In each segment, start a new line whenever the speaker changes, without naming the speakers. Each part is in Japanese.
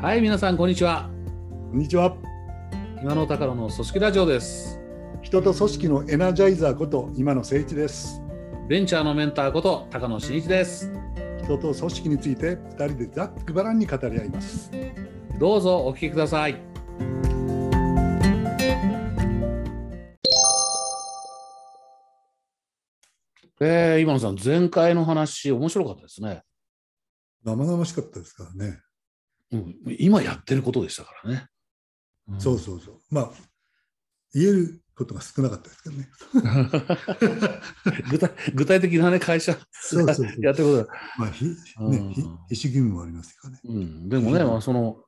はい、皆さん、こんにちは。
こんにちは。
今の高野の組織ラジオです。
人と組織のエナジャイザーこと今野誠一です。
ベンチャーのメンターこと高野真一です。
人と組織について二人でざっくばらんに語り合います。
どうぞお聞きください。えー、今野さん、前回の話、面白かったですね。
生々しかったですからね。
うん、今やってることでしたからね。うん
そうそうそう。まあ言えることが少なかったですけどね。
具体具体的な、ね、会社
そうそうそう。
やってることだ
まあひ
うん
ねひ意思義務もありますからね。
うん、でもね、
うん
まあ、その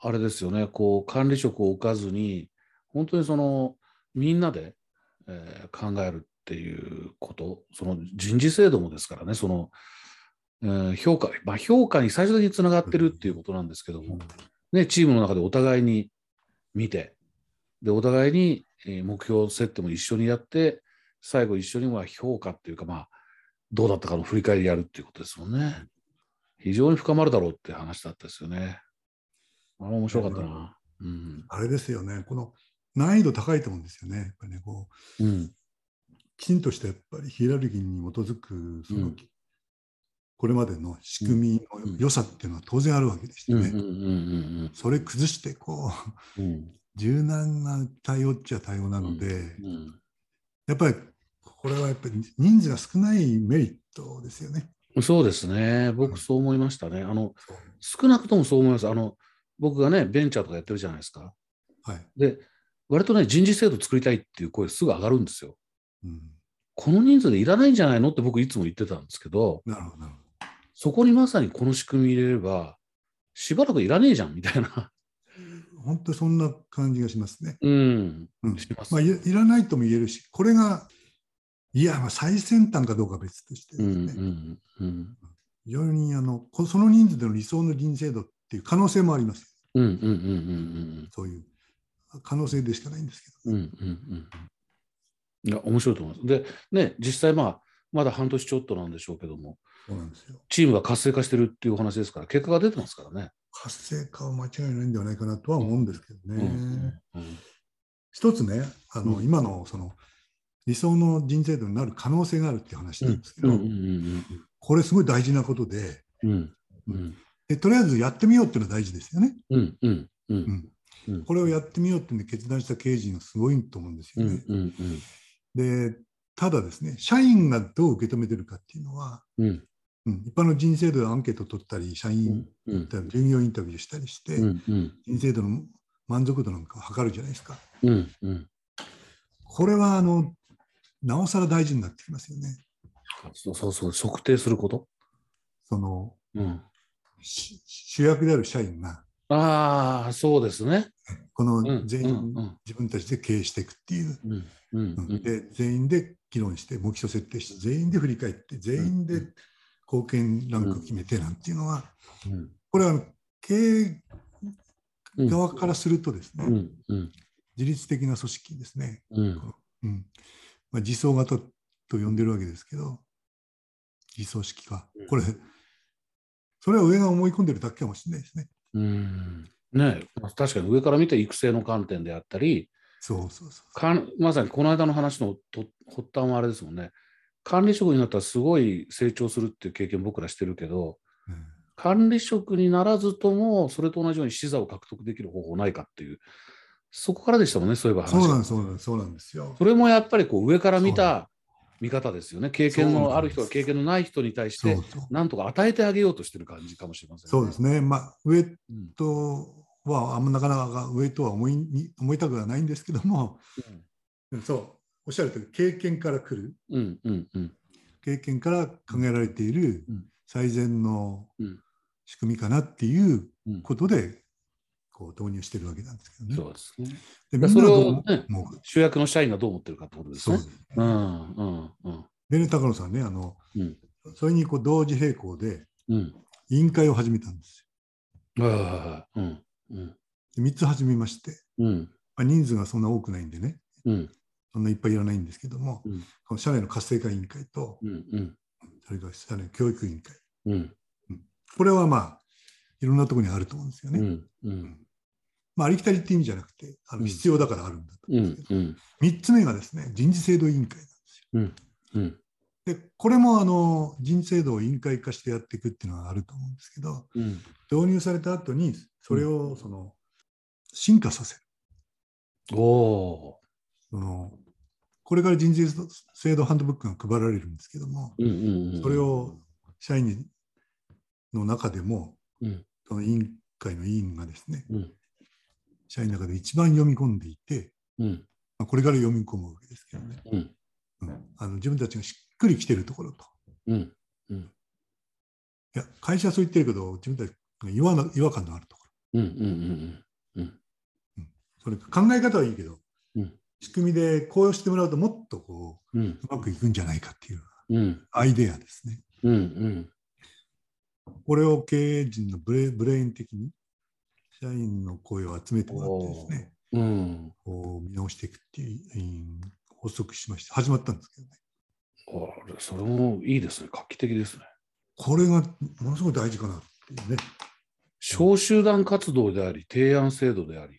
あれですよねこう管理職を置かずに本当にそのみんなで、えー考えるっていうことその人事制度もですからねその、えー評価、まあ、評価に最終的につながってるっていうことなんですけども、ね、チームの中でお互いに見てでお互いにえー目標設定も一緒にやって最後一緒には評価っていうかまあどうだったかの振り返りやるっていうことですもんね。非常に深まるだろうって話だったですよね。あれ面白かったな。うん。
あれですよね。この難易度高いと思うんですよね。やっぱりねこう
うん。
きちんとしたやっぱりヒエラルギーに基づくその、
うん
これまでの仕組みの良さっていうのは当然あるわけでして
うん。
ね。
うん。うん。
それ崩してこう
うん。うん。
柔軟な対応っちゃ対応なので、
うん
やっぱりこれはやっぱり人数が少ないメリットですよね。
そうですね。僕、そう思いましたね。あの、少なくともそう思います。あの、僕がね、ベンチャーとかやってるじゃないですか。
はい。
で、割とね、人事制度作りたいっていう声すぐ上がるんですよ。
うん、
この人数でいらないんじゃないのって僕いつも言ってたんですけど、
なるほど、なるほ
そこにまさにこの仕組み入れれば、しばらくいらねえじゃんみたいな。
ど。本当にそんな感じがしますね。
うん。
うん
します
まあ、いいらないとも言えるし、これが、いや、まあ最先端かどうかは別として
う
ですね、
ん。うん。うん。
非常にあのこその人数での理想の人生度っていう可能性もあります。
うんうんうんうん
そういう可能性でしかないんですけど。
うんうんうんうんうん。いや、面白いと思います。で、ね、実際、まあ、まだ半年ちょっとなんでしょうけども、
そうなんですよ。
チームが活性化してるっていうお話ですから、結果が出てますからね。
活性化は間違いないんではないかなとは思うんですけど
う
ね。
んうん
一つねあの、
うん
今のその理想の人生度になる可能性があるっていう話なんです
う
けど、
んうん
これすごい大事なことで
うんうんうん
でとりあえずやってみようっていうのは大事ですよね。
うんうんうんう
う
ん
ん
うん
これをやってみようっていうんで決断した経営陣はすごいと思うんです
う
よ
ん
ね。
うん
でただですね社員がどう受け止めてるかっていうのは、
うん
うん一般の人生度でアンケート取ったり社員、
うんうん
従業員インタビューしたりして、
うんうん
人生度の満足度なんかを測るじゃないですか。
うんうん
これはあのなおさら大事になってきますよね。
そうそうそう測定すること、
その
うん、
し主役である社員が
ああそうですね、
こ
う
の
ん、
全
う
員
ん
自分たちで経営していくっていう、
うんうんう
うん
ん
で全員で議論して目標設定して全員で振り返って全員で貢献ランクを決めてなんていうのは
うん
これはあの経営
うん
側からするとですね、
うんうん
自律的な組織ですね、
うん
うんまあ、自走型と呼んでるわけですけど自走式か
うん
これそれは上が思い込んでるだけかもしれないですね。
うんねえまあ確かに上から見て育成の観点であったり
そうそうそう
かんまさにこの間の話のと発端はあれですもんね管理職になったらすごい成長するっていう経験僕らしてるけど
うん、
管理職にならずともそれと同じように資座を獲得できる方法ないかっていうそこからでしたもんねそういえば話
そうなん
が
ですそうなんですそうなんですよ。
それもやっぱりこう上から見
そう
た見方ですよね経験
そう
の
な
あ
ん
る
です
人が経験のない人に対し
そ
て
うそう
なんとか与えてあげようとしてる感じかもしれませんね。
そうですね、まあ、上
うん
とは、あんまなかなか上とは思いに思いたくはないんですけども、そう、おっしゃるとり、経験から来る、
うんうんうん
経験から考えられている
うん
最善の
うん
仕組みかなっていう
うん
ことで、こう導入してるわけなんですけどね。
そうですね。
で
だ
み
から
ん
それ
なはど
を
う
ね
思うか
主役の社員がどう思ってるかってことです
そう
ね。うんうんうん
でね、高野さんね、あの
うん
それにこう同時並行で
うん。
委員会を始めたんです
はいはいはいはい。うん
よ。3つ始めまして、
うん
まあ、人数がそんな多くないんでね、
うん
そんないっぱいいらないんですけども、
うん
この社内の活性化委員会と、
うんうん
それから社内教育委員会。
うん
これはまあ、いろんなところにあると思うんですよね。
うんうん
まあ、ありきたりって意味じゃなくて、あ
う
の
ん
必要だからあるんだと思
う
うんですけ
ん
ど、
うん
3つ目がですね、人事制度委員会なんです
うん
よ。で、これもあの人事制度を委員会化してやっていくっていうのはあると思うんですけど、
うん
導入された後に、それをその進化させる。
おお
そのこれから人事制度ハンドブックが配られるんですけども、
ーうんうんうん
それを社員の中でも、
うん
その委員会の委員がですね、
うん
社員の中で一番読み込んでいて、
うん
まあ、これから読み込むわけですけどね、
うん
うんあの自分たちがしっくりきてるところと。
うん
いや、会社はそう言ってるけど、自分たちが違和な違和感のあるところ。
うんうんうん
それ考え方はいいけど、
うん
仕組みでこうしてもらうともっとこ
うんうん
ううまくいくんじゃないかっていう
うん
アイデアですね。
うんうん
これを経営陣のブレブレイン的に社員の声を集めてもらってですね、
うん
こう見直していくっていううん発足しました。始まったんですけどね。
あれそれもいいですね画期的ですね
これがものすごい大事かなっていうね。
小集団活動であり提案制度であり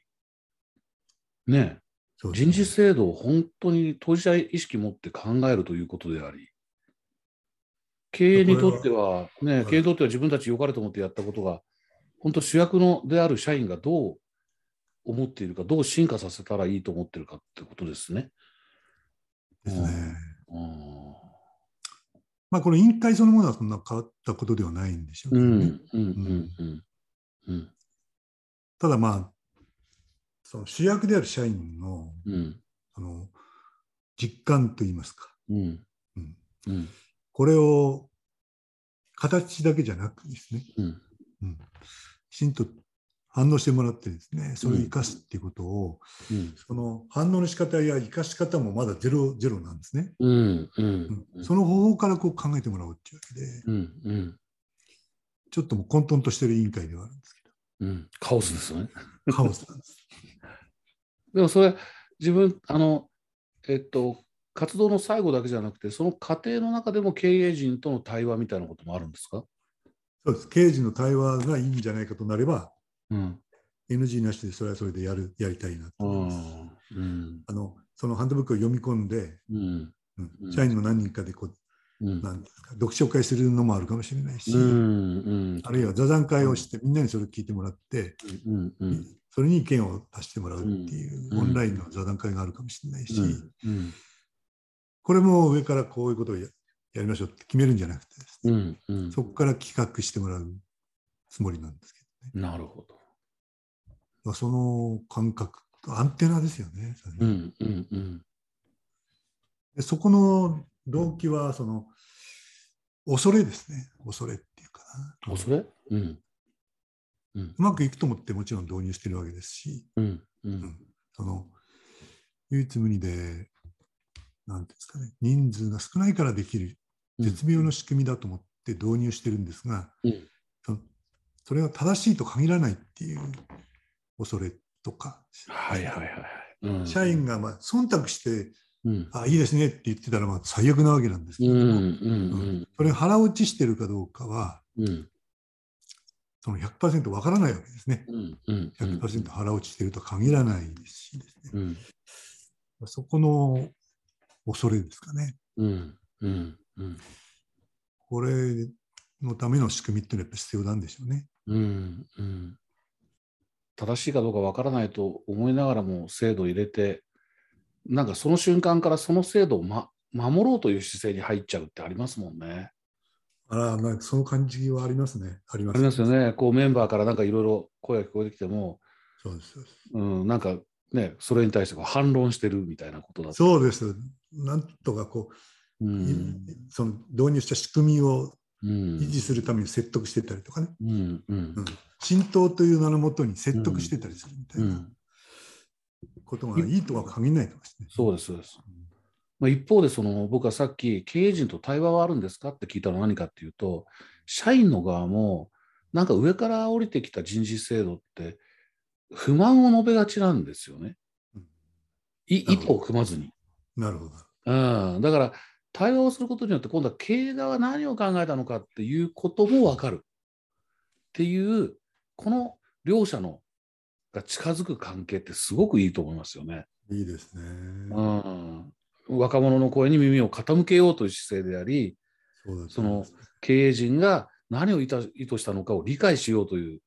ねえ
そうですね
人事制度を本当に当事者意識持って考えるということであり経営にとってはね
い
経営にとっては自分たち良かれと思ってやったことが本当主役のである社員がどう思っているかどう進化させたらいいと思ってるかってことですね。
ですね。
うん
まあこれ委員会そのものはそんな変わったことではないんでしょう
う
けどね。
んうんうんうん
ただまあその主役である社員の
うん
あの実感といいますか、
うん
うん、
うん
これを形だけじゃなくですね、
うん
うん、きちんと反応してもらってですねそれを生かすっていうことを、
うん
その反応の仕方や生かし方もまだゼロゼロなんですね、
うんうん
うんその方法からこう考えてもらおうっていうわけで
うんうん
ちょっともう混沌としてる委員会ではあるんですけ
うんカオスですよね。
どカオスなんです
でもそれ自分あのえっと活動の最後だけじゃなくてその過程の中でも経営陣との対話みたいなこともあるんですか、
そうです刑事の対話がいいんじゃないかとなれば
うん、
NG なしでそれはそれでやるやりたいなと
う
思います。
んうん
あのそのハンドブックを読み込んで、
うん
うん
うん
社員にも何人かでこう
うん
なんですか読書会するのもあるかもしれないし、
うん
あるいは座談会をしてみんなにそれを聞いてもらって、
うんうん
それに意見を出してもらうっていう、
うん
オンラインの座談会があるかもしれないし、
うん
これも上からこういうことをややりましょうって決めるんじゃなくてですね、
うんうん
そこから企画してもらうつもりなんですけどね、
なるほど。
まあ、その感覚アンテナですよね。それ
うんうんうん
でそこの動機はその恐れですね恐れっていうかな
恐れうんうん
うまくいくと思ってもちろん導入してるわけですし、
うんう
うんんその唯一無二で何ていうんですかね人数が少ないからできる絶妙な仕組みだと思って導入してるんですが、
うん
そのそれは正しいと限らないっていう恐れとか、
はいはいはいはい。うん
社員がまあ忖度して
うん
「あいいですね」って言ってたらまあ最悪なわけなんですけ
う
ども、
んうん
それ腹落ちしてるかどうかは
うんうん
その100%わからないわけですね。
うんうんうん
100%腹落ちしてるとは限らないですしですね、
うん
そこの恐れですかね。
うんうんうん
これのための仕組みっていうのはやっぱ必要なんでしょうね。
うんうん、正しいかどうかわからないと思いながらも制度を入れてなんかその瞬間からその制度を、ま、守ろうという姿勢に入っちゃうってありますもんね。
あら、まあ、その感じはありますね。ありま
ありますよ。ねこうメンバーからなんかいろいろ声が聞こえてきても、
そうです。そうです
うん、なんかねそれに対してこう反論してるみたいなことだと。
そうです。なんとかこ
う
う、
ん
その導入した仕組みを
うんうん
維持するために説得してたりとかね、
うんうん
うん浸透という名のもとに説得してたりするみた
う
いなんことがいいとは限らないかもしれない。
そうですそうです。まあ、一方でその僕はさっき経営陣と対話はあるんですかって聞いたのは何かっていうと社員の側もなんか上から降りてきた人事制度って不満を述べがちなんですよね。い意
なるほ
図
ど
を組まずに。
なるほど。
うん、だから対話をすることによって今度は経営側は何を考えたのかっていうことも分かるっていうこの両者のが近づく関係ってすごくいいと思いますよね。
いいですね。
うん、若者の声に耳を傾けようという姿勢であり
そうだと
そ
思いま
の
す
経営陣が何を意図意図したのかを理解しようという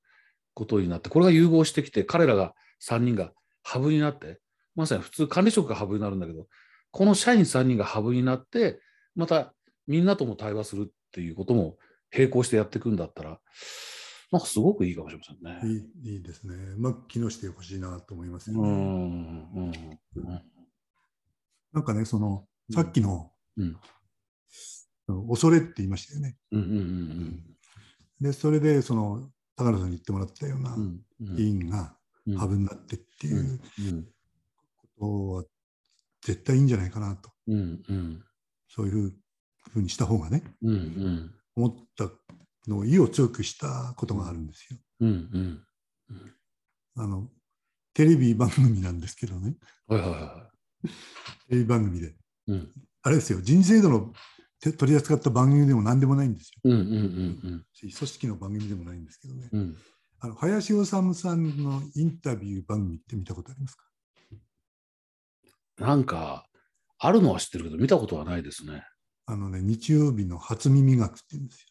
ことになってこれが融合してきて彼らが3人がハブになってまさに普通管理職がハブになるんだけどこの社員3人がハブになってまたみんなとも対話するっていうことも並行してやっていくんだったらなんかすごくいいかもしれませんね。
いいいいですね。うまく機能してほしいなと思いますよ
う
ね。
んうんうん
なんかね、その、さっきの、
うん
あの恐れって言いましたよね。
うんうん
で、それで、その、高野さんに言ってもらったような、
うんうん
委員が
うん
ハブになってっていう
うん
ことは、絶対いいんじゃないかなと、
うんうん
そういうふうにした方がね、
うんうん
思ったのを、意を強くしたことがあるんですよ。
うんうん
あの、テレビ番組なんですけどね、
はいはいは
テレビ番組で。
いうん
あれですよ、人事制度のて取り扱った番組でも何でもないんですよ。
うんうんうん
組織の番組でもないんですけどね。
うんうん
あの林修さんのインタビュー番組って見たことありますか
なんかあるのは知ってるけど見たことはないですね
あのね、日曜日の初耳学って言うんです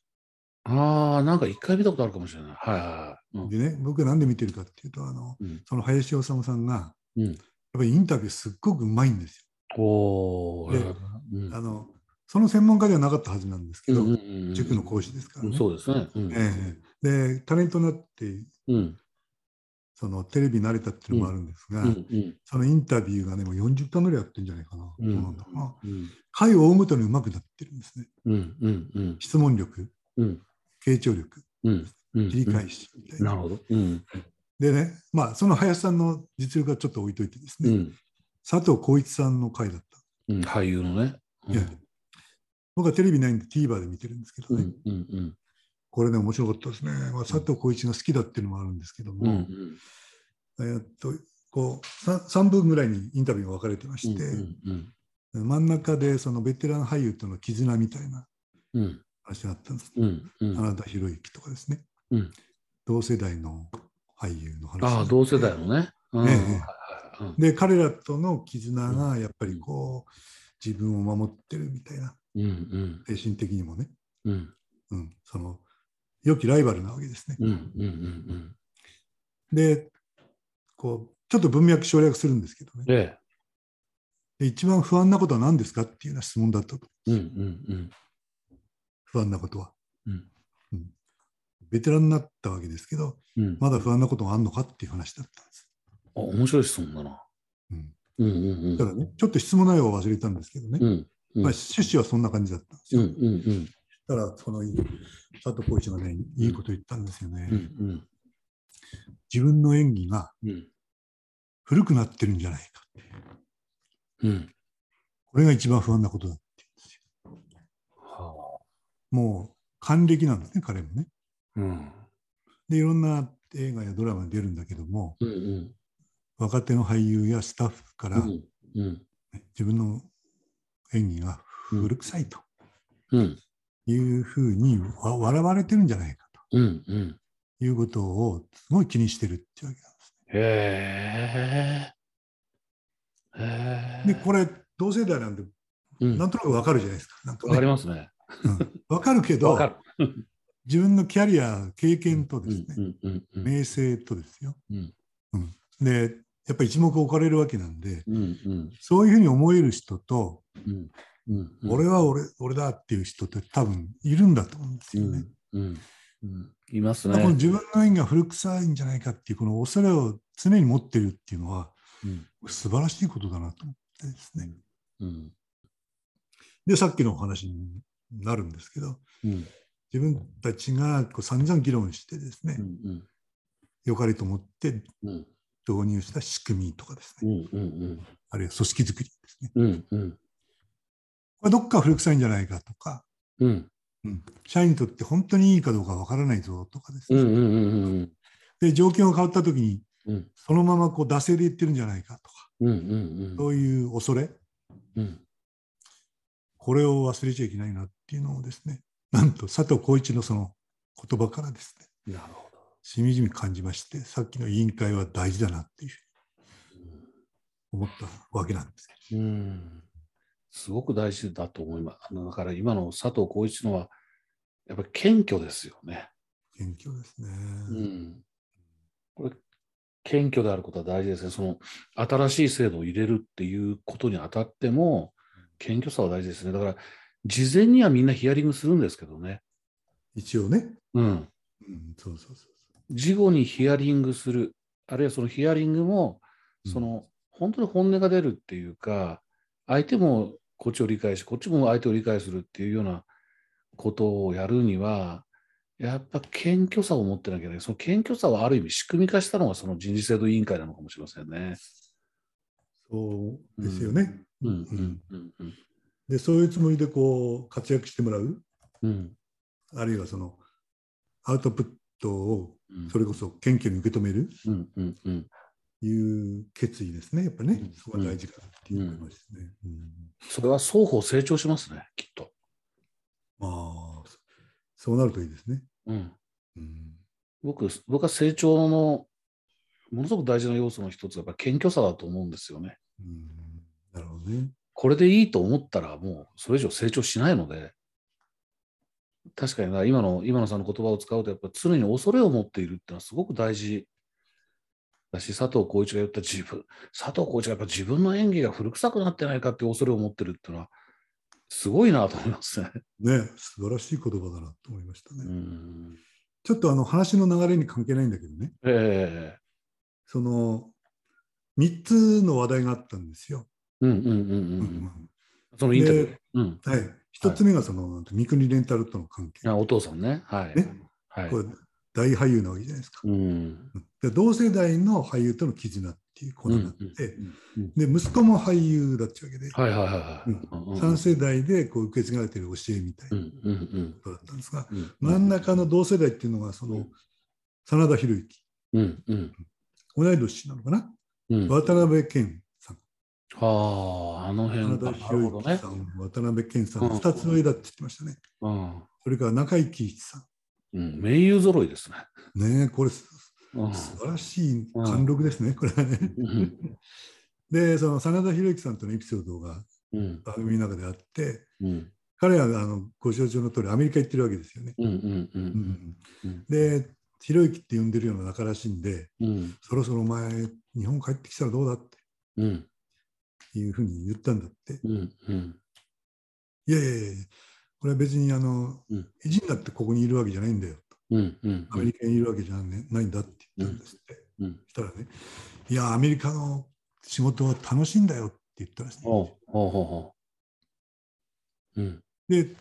ああなんか一回見たことあるかもしれないはいはいは
よ。
い
でね、僕なんで見てるかっていうと、あの、
うん
その林修さんが、
うん
やっぱりインタビューすっごくうまいんです
おおー
で
うん
よ。あの、その専門家ではなかったはずなんですけど、
うんうんうん
塾の講師ですから
う
ね。
んそうですねうん
ええで、タレントになって、
うん
そのテレビに慣れたっていうのもあるんですが、
うんうん
そのインタビューがね、もう40回ぐらいやってるんじゃないかな。
うん
どうなんだろうな。
うん
回を追うごとにうまくなってるんですね。
うんうんうん
質問力、
うん
傾聴力、
うんうん
理解しみたい
な
な。
るほどうん
でね、まあ、その林さんの実力はちょっと置いといてです
う
ね、
ん
佐藤浩一さんの回だった。
うん俳優のねうん
いや僕はテレビないんで TVer で見てるんですけど
う
ね、
んうんうん
これね、面白かったですね。まあ、佐藤浩一が好きだっていうのもあるんですけど
うんう
も、
ん
えーっと、こう 3, 3分ぐらいにインタビューが分かれてま
う
し
ん
て、
うん
真ん中でそのベテラン俳優との絆みたいな
うん
話があったんです。
うんうん
花田博之とかですね、
うん
同世代の俳優の話
ああ、同世代のね。うん
ええ
はいはいはい
で彼らとの絆がやっぱりこう自分を守ってるみたいな
うんうん
精神的にもね、
うん
うん、その良きライバルなわけですね。
うんうんうん
でこうちょっと文脈省略するんですけど
うん。
ね
で、
で一番不安なことは何ですかっていうような質問だったと
うんうん
不安なことは、
うん
うんベテランになったわけですけど
うんうん。あ、
まだ不安なことがあるのかっていう話だったんです。
面白い質問だな。
うん
うんうんうん。
ただね、ちょっと質問内容を忘れたんですけどね、
うんうん
まあ、趣旨はそんな感じだったんです
うん
よ。
うんうん
ただ、その佐藤浩一がね、いいこと言ったんですよね。
うんうん
自分の演技が
うん
古くなってるんじゃないか。
うん。
これが一番不安なことだ。
は
もう還暦なんですね、彼もね。
あ。うん
で、いろんな映画やドラマに出るんだけども、
うんうん
若手の俳優やスタッフから、
うんうん
自分の演技が古臭いと
うん
いうふうにわ笑われてるんじゃないか
うんうん。
ということをすごい気にしてるっていうわけなんです
へえ。へ
ね。
え。
で、これ、同世代なんで、
うん
なんとなくわかるじゃないですか。なんか
わか
ね
りますね。
わかるけど
わ、かる。
自分のキャリア、経験と
う
です
ん
ね、
うんうんうん
名声とですよ、
うん
うんでやっぱり一目置かれるわけなんで
うんうん
そういうふうに思える人と、
うんうんうん。
俺は俺俺だっていう人って多分いるんだと思うんですよね。
うんうん、います
だからこの
ね。
自分の演技が古臭いんじゃないかっていうこの恐れを常に持ってるっていうのは
うん
素晴らしいことだなと思ってですね。
うん
でさっきのお話になるんですけど
うん
自分たちがこう散々議論してですね
うんうん
良かれと思って
うん
導入した仕組みとかです
う
ね
んうん
あるいは組織づくりですね。
うんうん
これどっか古臭いんじゃないかとか、
うん
社員にとって本当にいいかどうかわからないぞとかです
うんう
ね、
んうん
で条件が変わった時に、
うん
そのままこう惰性で言ってるんじゃないかとか
うんうんうん
そういう恐れ
うん
これを忘れちゃいけないなっていうのをですねなんと佐藤浩市のその言葉からですね
なるほ
しみじみ感じまして、さっきの委員会は大事だなっていう思ったわけなんです。
うんすごく大事だと思います。あのだから今の佐藤浩一のは、やっぱり謙虚ですよね。
謙虚ですね。
うん、これ、謙虚であることは大事ですね。その新しい制度を入れるっていうことにあたっても、謙虚さは大事ですね。だから、事前にはみんなヒアリングするんですけどね。
一応ね。
うん、
うん、そうそうそう
事後にヒアリングする、あるいはそのヒアリングも、
うん
その本当に本音が出るっていうか、相手もこっちを理解し、こっちも相手を理解するっていうようなことをやるには、やっぱ謙虚さを持ってなきゃいけない。その謙虚さはある意味仕組み化したのがその人事制度委員会なのかもしれませんね。
そう。そうですよね。
うんうんうんうん
で、そういうつもりでこう活躍してもらう、
うん
あるいはそのアウトプットを
うん
それこそ謙虚に受け止める
うんうんうん
いう決意ですね。やっぱり
うん
ね、そこが大事かなっていう思いですね。うん
それは双方成長しますね、きっと。
まあ、そそうなるといいですね。
うん
うん、
僕僕は成長のものすごく大事な要素の一つはやっぱ謙虚さだと思うんですよね。
うん、なるほどね。
これでいいと思ったらもうそれ以上成長しないので確かにな今の今野さんの言葉を使うとやっぱ常に恐れを持っているってのはすごく大事だし佐藤浩一が言った自分佐藤浩一がやっぱ自分の演技が古臭くなってないかっていう恐れを持ってるっていうのはすごいなと思いますね。
ね、素晴らしい言葉だなと思いましたね。
うん
ちょっとあの話の流れに関係ないんだけどね、
ええ
その3つの話題があったんですよ。
うんうんうんうん
う
うん ん。そのインタビューで。うん。
はい、1つ目がその、なんて三国レンタルとの関係、
あお父さんね。はい。
ね
はい。
これ大俳優なわけじゃないですか。
うん。
で同世代の俳優との絆っていうことになって、
うんうん
で息子も俳優だってわけで、
はいはいはいはい。うんうん
3世代でこう受け継がれてる教えみたい
うん
なこ
うん
とだったんですが、
うん。
真ん中の同世代っていうのがその、真田広之
うんうん
同い年なのかな、
うん。は
渡辺謙さん
あ、あの
真
辺
田
か。なる
広
ほど
之
ね
さ。ん、渡辺謙さん、
うん
2つ上だって言ってましたね。
うん。
それから中井貴一さ
うん、名優揃いですね。
ん。ねえこれす
うん
素晴らしい貫禄ですね、これはね。
うん
で、その真田広之さんとのエピソードが
うん
番組の中であって、
うん
彼はあのご承知の通りアメリカ行ってるわけですよね。
うんうんう
うんん
うん
で、広之って呼んでるような仲らしいんで、
うん
そろそろお前、日本帰ってきたらどうだっ
うん
ていうふうに言ったんだって。
うんうん
いやいやいや、これは別にあの、
うん
偉人だってここにいるわけじゃないんだよ。
うんうん
アメリカにいるわけじゃねないんだって言ったんですって。
うんうん
そしたらね、いや、アメリカの仕事は楽しいんだよって言ったらしいんです
ほう
よ。
ほうほうほううん
で、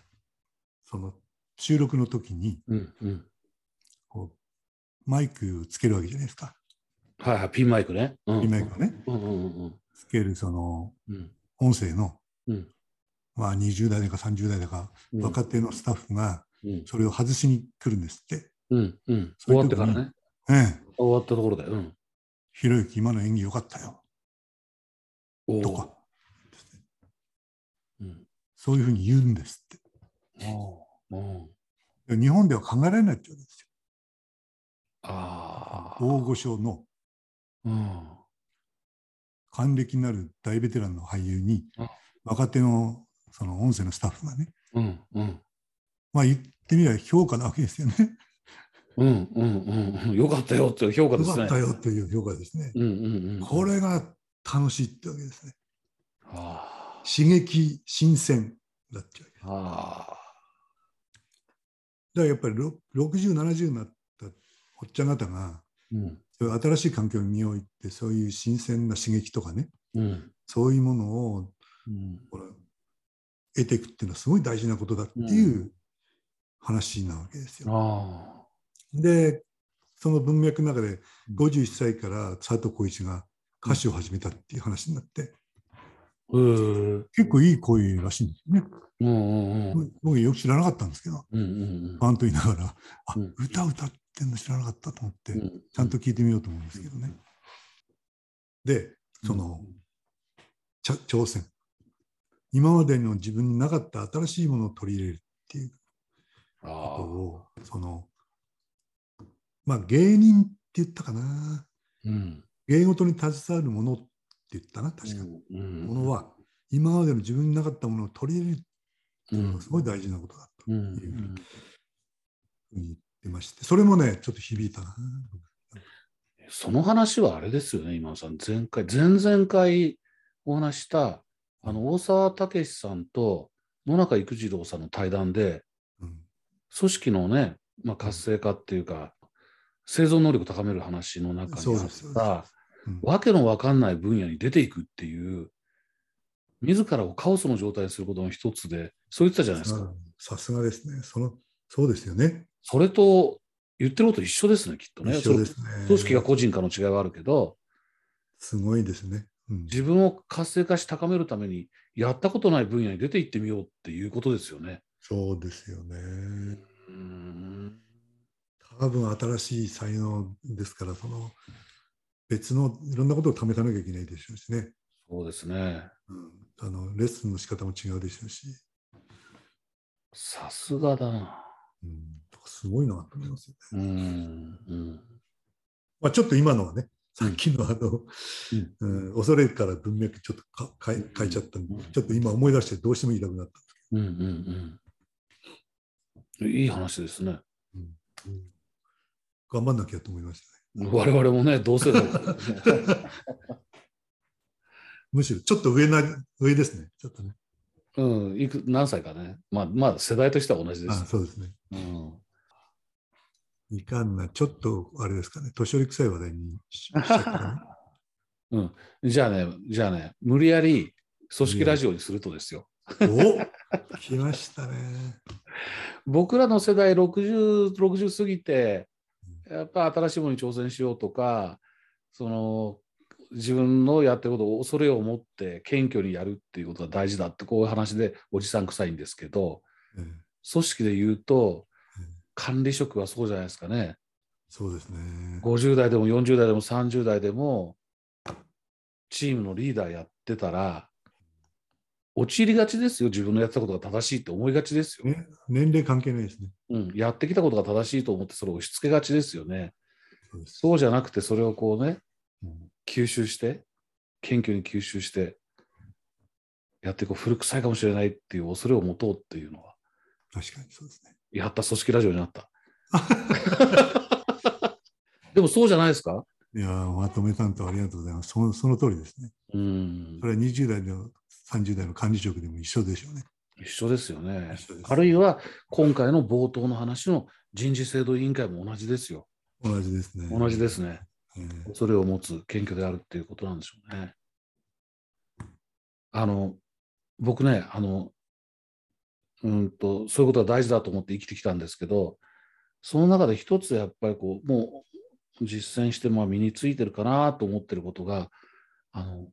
その収録の時に
うんうん
こう、マイクつけるわけじゃないですか。
はいはいピンマイクね。うん
リマイクをね、
うんうんうん
つけるその
うん
音声の、
うん
まあ20代だか30代だか、
うん
若手のスタッフが
うん
それを外しに来るんですって。
うんうん
そ
終
うい
わっ
う
て
時に
からね。
ええ、
終わったところで。うん。
ひろゆき、今の演技良かったよ。
おー
とか、
うん
そういうふうに言うんですって。
おーうん
で日本では考えられないってわけですよ。
ああ。
大御所の
うん
還暦になる大ベテランの俳優に
うん
若手のその音声のスタッフがね、
うんうん
まあ、言ってみれば評価なわけですよね。
うんうんうんうん、よかったよっていう評価
よ
です
か
ね。
ったよという評価ですね。
うんうんうん、
これが楽しいってわけですね。
あ
刺激、新鮮だってわけ。だか
ああ
らやっぱりろ60、70になったおっちゃん方が、
ー、うん
そういう新しい環境に身を置いて、そういう新鮮な刺激とかね、
うん
そういうものを
うん
ほら得ていくっていうのはすごい大事なことだっていう話なわけですよ。
あ
でその文脈の中で
うん
51歳から佐藤浩市が歌手を始めたっていう話になって、
ーうー
結構いい声らしいんですね。
うんうんうん
僕よく知らなかったんですけど
うんうん
ファンと言いながらあ、
うん
歌歌ってんの知らなかったと思って、
うん
ちゃんと聞いてみようと思うんですけどね。でその、ちゃ挑戦今までの自分になかった新しいものを取り入れるっていう
あ
ことをそのまあ芸人って言ったかな。
うん。
芸事に携わるものって言ったな、確かに。
うん。
ものは、今までの自分になかったものを取り入れるっていうのがすごい大事なことだと
う
い
ん。
うふうに言ってまして、それもね、ちょっと響いたな。
その話はあれですよね、今田さん。前回、前々回お話しした、あの、大沢武史さんと野中育次郎さんの対談で、
うん
組織のね、まあ、活性化っていうか、生存能力高める話の中
そう
にあ
で
っ
すそう
た
です、うん
わけのわかんない分野に出ていくっていう、自らをカオスの状態にすることの一つで、そう言ってたじゃないですか。
さすがですね。そのそうですよね。
それと言ってること一緒ですね、きっとね。
一緒ですね
そ。の組織が個人かの違いはあるけど、
すごいですね。うん
自分を活性化し高めるために、やったことない分野に出ていってみようっていうことですよね。
そうですよね。
うーん
多分新しい才能ですから、その別のいろんなことを試さなきゃいけないでしょうしね。
そうですね。
うんあのレッスンの仕方も違うでしょうし、
さすがだな。
うん、すごいなと思いますよね。
うーん。うん
まあ、ちょっと今のはね、さっきのあの、
うん
うん恐れから文脈ちょっとか変え変えちゃったんで、ちょっと今思い出してどうしても言いたくなった。
うんうんうん。いい話ですね。
うん頑張んなきゃと思いましたね。
我々もね、同世代だからね
むしろちょっと上な上ですね。ちょっとね。
うん、いく何歳かね。まあ、まあ、世代としては同じで
あ
す。
そうですね。
うん、
いかんな、ちょっとあれですかね、年寄り臭い話題にししちゃったかな
じゃあね、じゃあね、無理やり組織ラジオにするとですよ。
お来ましたね。
僕らの世代60、60過ぎて、やっぱ新しいものに挑戦しようとか、その、自分のやってることを恐れを持って謙虚にやるっていうことが大事だってこういう話でおじさん臭いんですけど
ええ
組織で言うと
うん
管理職はそうじゃないですかね
そうですね。
50代でも40代でも30代でもチームのリーダーやってたら陥りがちですよ自分のやってたことが正しいって思いがちですよ、
ね年齢関係ないですね。
うん、やってきたことが正しいと思ってそれを押し付けがちですよね
そうです。
そうじゃなくてそれをこうね
うん
吸収して謙虚に吸収してやっていこう古臭いかもしれないっていう恐れを持とうっていうのは
確かにそうですね。
やった組織ラジオになったでもそうじゃないですか
いやーまとめ担当ありがとうございます。そのその通りですね。
うん
それは20代の30代の管理職でも一緒でしょうね。
一緒ですよね。
一緒です
あるいは今回の冒頭の話の人事制度委員会も同じですよ。
同じですね。
同じですね。
ええ。
恐れを持つ謙虚であるっていうことなんでしょうね。あの、僕ね、あの、うんと、そういうことが大事だと思って生きてきたんですけど、その中で一つやっぱりこう、もう実践してまあ身についてるかなと思ってることが、あの、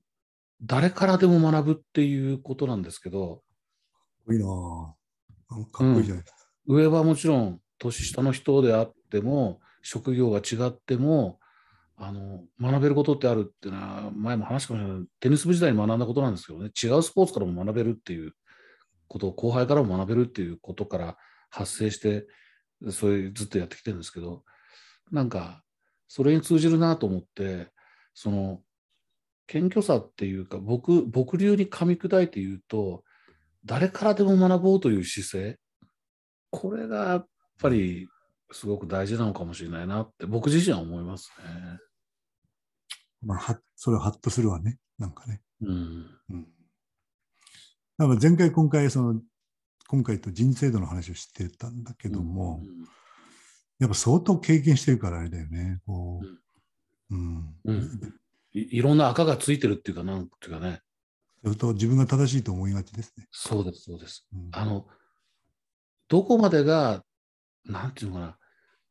誰からでも学ぶっていうことなんですけど、
かっこいいなーあのかっこいいじゃないですか。
上はもちろん年下の人であっても職業が違ってもあの学べることってあるっていうのは前も話したかもしれないテニス部時代に学んだことなんですけどね違うスポーツからも学べるっていうことを後輩からも学べるっていうことから発生してそれずっとやってきてるんですけどなんかそれに通じるなと思ってその謙虚さっていうか僕僕流に噛み砕いて言うと誰からでも学ぼうという姿勢これがやっぱりすごく大事なのかもしれないなって僕自身は思いますね。
まあ、はそれはハッとするわね。なんかね。
うん。
うんだから前回、今回、その、今回と人事制度の話をしてたんだけども、やっぱ相当経験してるからあれだよね。こう、うん。
うん、うんい。いろんな赤がついてるっていうか、なんていうかね。
それと自分が正しいと思いがちですね。
そうです、そうです。
うん
あの、どこまでが、なんていうのかな。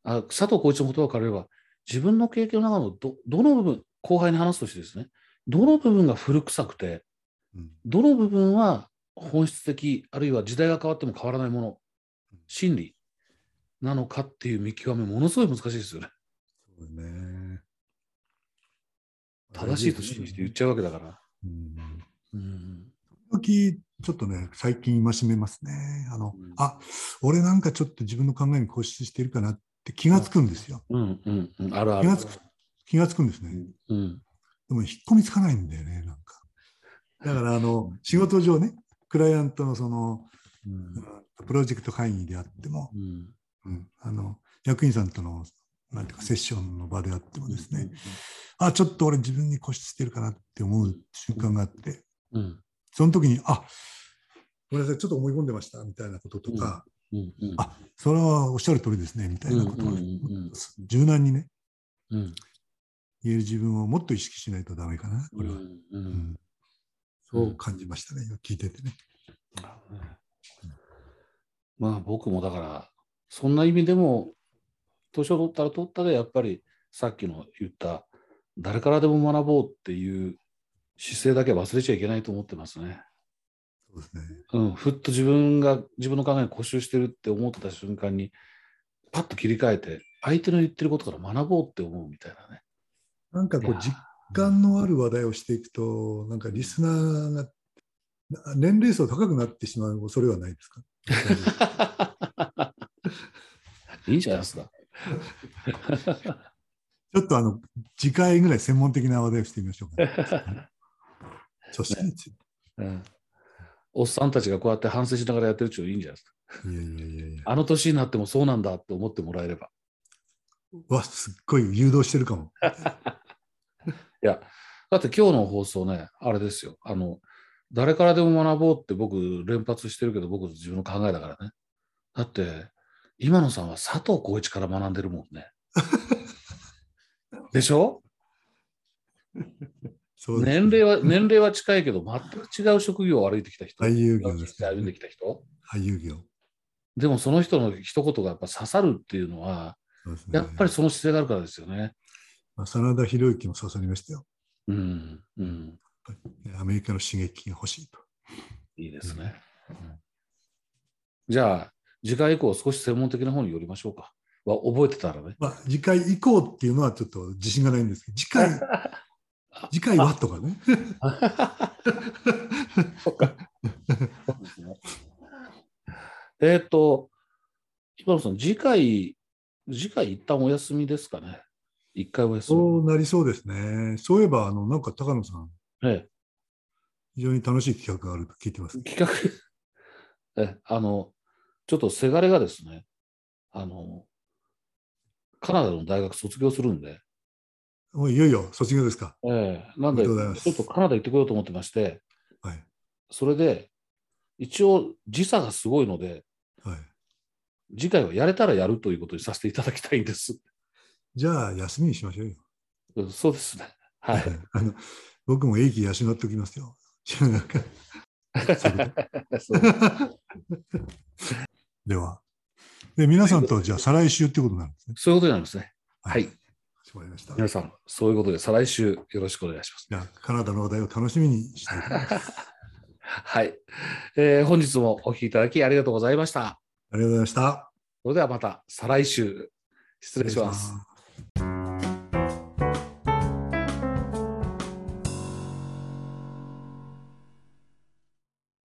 あ佐藤浩市の言葉を借りれば、自分の経験の中のど、どの部分、後輩に話すとしてですね、どの部分が古臭くて、
うん
どの部分は本質的、あるいは時代が変わっても変わらないもの、真理なのかっていう見極め、ものすごい難しいですよね。
そうね。
正しいと信じて言っちゃうわけだから。
うん。
うん、
時々ちょっとね、最近戒めますね。あの、
うん
あ、俺なんかちょっと自分の考えに固執してるかなっって気がつくんですよ。
うんうんうん、あるあ
気
る
が。つく気がつくんですね。
うん、
でも引っ込みつかないんだよね、なんか。だから、あの、仕事上ね、クライアントのその、
うん
プロジェクト会議であっても、
うん
うんあの、役員さんとの、なんていうか、セッションの場であってもですね、あ、ちょっと俺自分に固執してるかなって思う瞬間があって、
うん
その時に、あ、ごめんなさい、ちょっと思い込んでました、みたいなこととか、
うんうん
あそれはおっしゃる通りですね、みたいなことを
うんうんうんうん
柔軟にね、
うん
言える自分をもっと意識しないとダメかな、これは。
うん
う
うん
んそう感じましたね、今聞いててね。
まあ僕もだからそんな意味でも年を取ったら取ったでやっぱりさっきの言った誰からでも学ぼうっていう姿勢だけは忘れちゃいけないと思ってますね。
そうですね。
うん、ふっと自分が自分の考えに固執してるって思った瞬間にパッと切り替えて相手の言ってることから学ぼうって思うみたいなね。
なんか
い
こ
うやー
実感のある話題をしていくと、なんかリスナーがな年齢層高くなってしまう恐れはな いですか
いいんじゃ ないですか。
ちょっとあの次回ぐらい専門的な話題をしてみましょう か。著者について。
うん、おっさんたちがこうやって反省しながらやってるっていうのいいんじゃないですか。
いやいやいやいや。
あの年になってもそうなんだって思ってもらえれば。
わ、すっごい誘導してるかも。
いや、だって今日の放送ね、あれですよ。あの、誰からでも学ぼうって僕連発してるけど、僕自分の考えだからね。だって、今野さんは佐藤浩市から学んでるもんね。でしょ
そうです
年齢は、年齢は近いけど、全く違う職業を歩いてきた人。
俳優業で すね
歩んできた人。
俳優業。
でもその人の一言がやっぱ刺さるっていうのは、
そうですね
やっぱりその姿勢があるからですよね。
まあ真田広之も刺さりましたよ。
うん、うん、
アメリカの刺激が欲しいと。
いいですね。
ん
じゃあ、次回以降、少し専門的な方に寄りましょうか。は覚えてたらね。
まあ、次回以降っていうのはちょっと自信がないんですけど、次回、次回はとかね。
そっか。えっと、今野さん、次回、次回一旦お休みですかね。一回お休み。
そうなりそうですね。そういえば、あの、なんか高野さん、
え
非常に楽しい企画があると聞いてます
え、。企画、 ええ、あの、ちょっとせがれがですね、あの、カナダの大学卒業するんで、
もういよいよ卒業ですか。
ええ、なんで、
ありがとうございます
ちょっとカナダ行ってこようと思ってまして、
はい。
それで、一応時差がすごいので、
はい。
次回はやれたらやるということにさせていただきたいんです。
じゃあ、休みにしましょうよ。
うんそうですね。 はい。
あの、僕も英気養っておきますよ。 なんかそういうこ
そう
では。で、皆さんと、じゃあ、再来週ってことになるんですね。
そういうことになりますね。はい
わかりました。
皆さん、そういうことで、再来週よろしくお願いします。
じゃあ、カナダの話題を楽しみにしていただきます
はい。えー本日もお聞きいただきありがとうございました。
ありがとうございました。
それではまた再来週。失礼します。
失礼します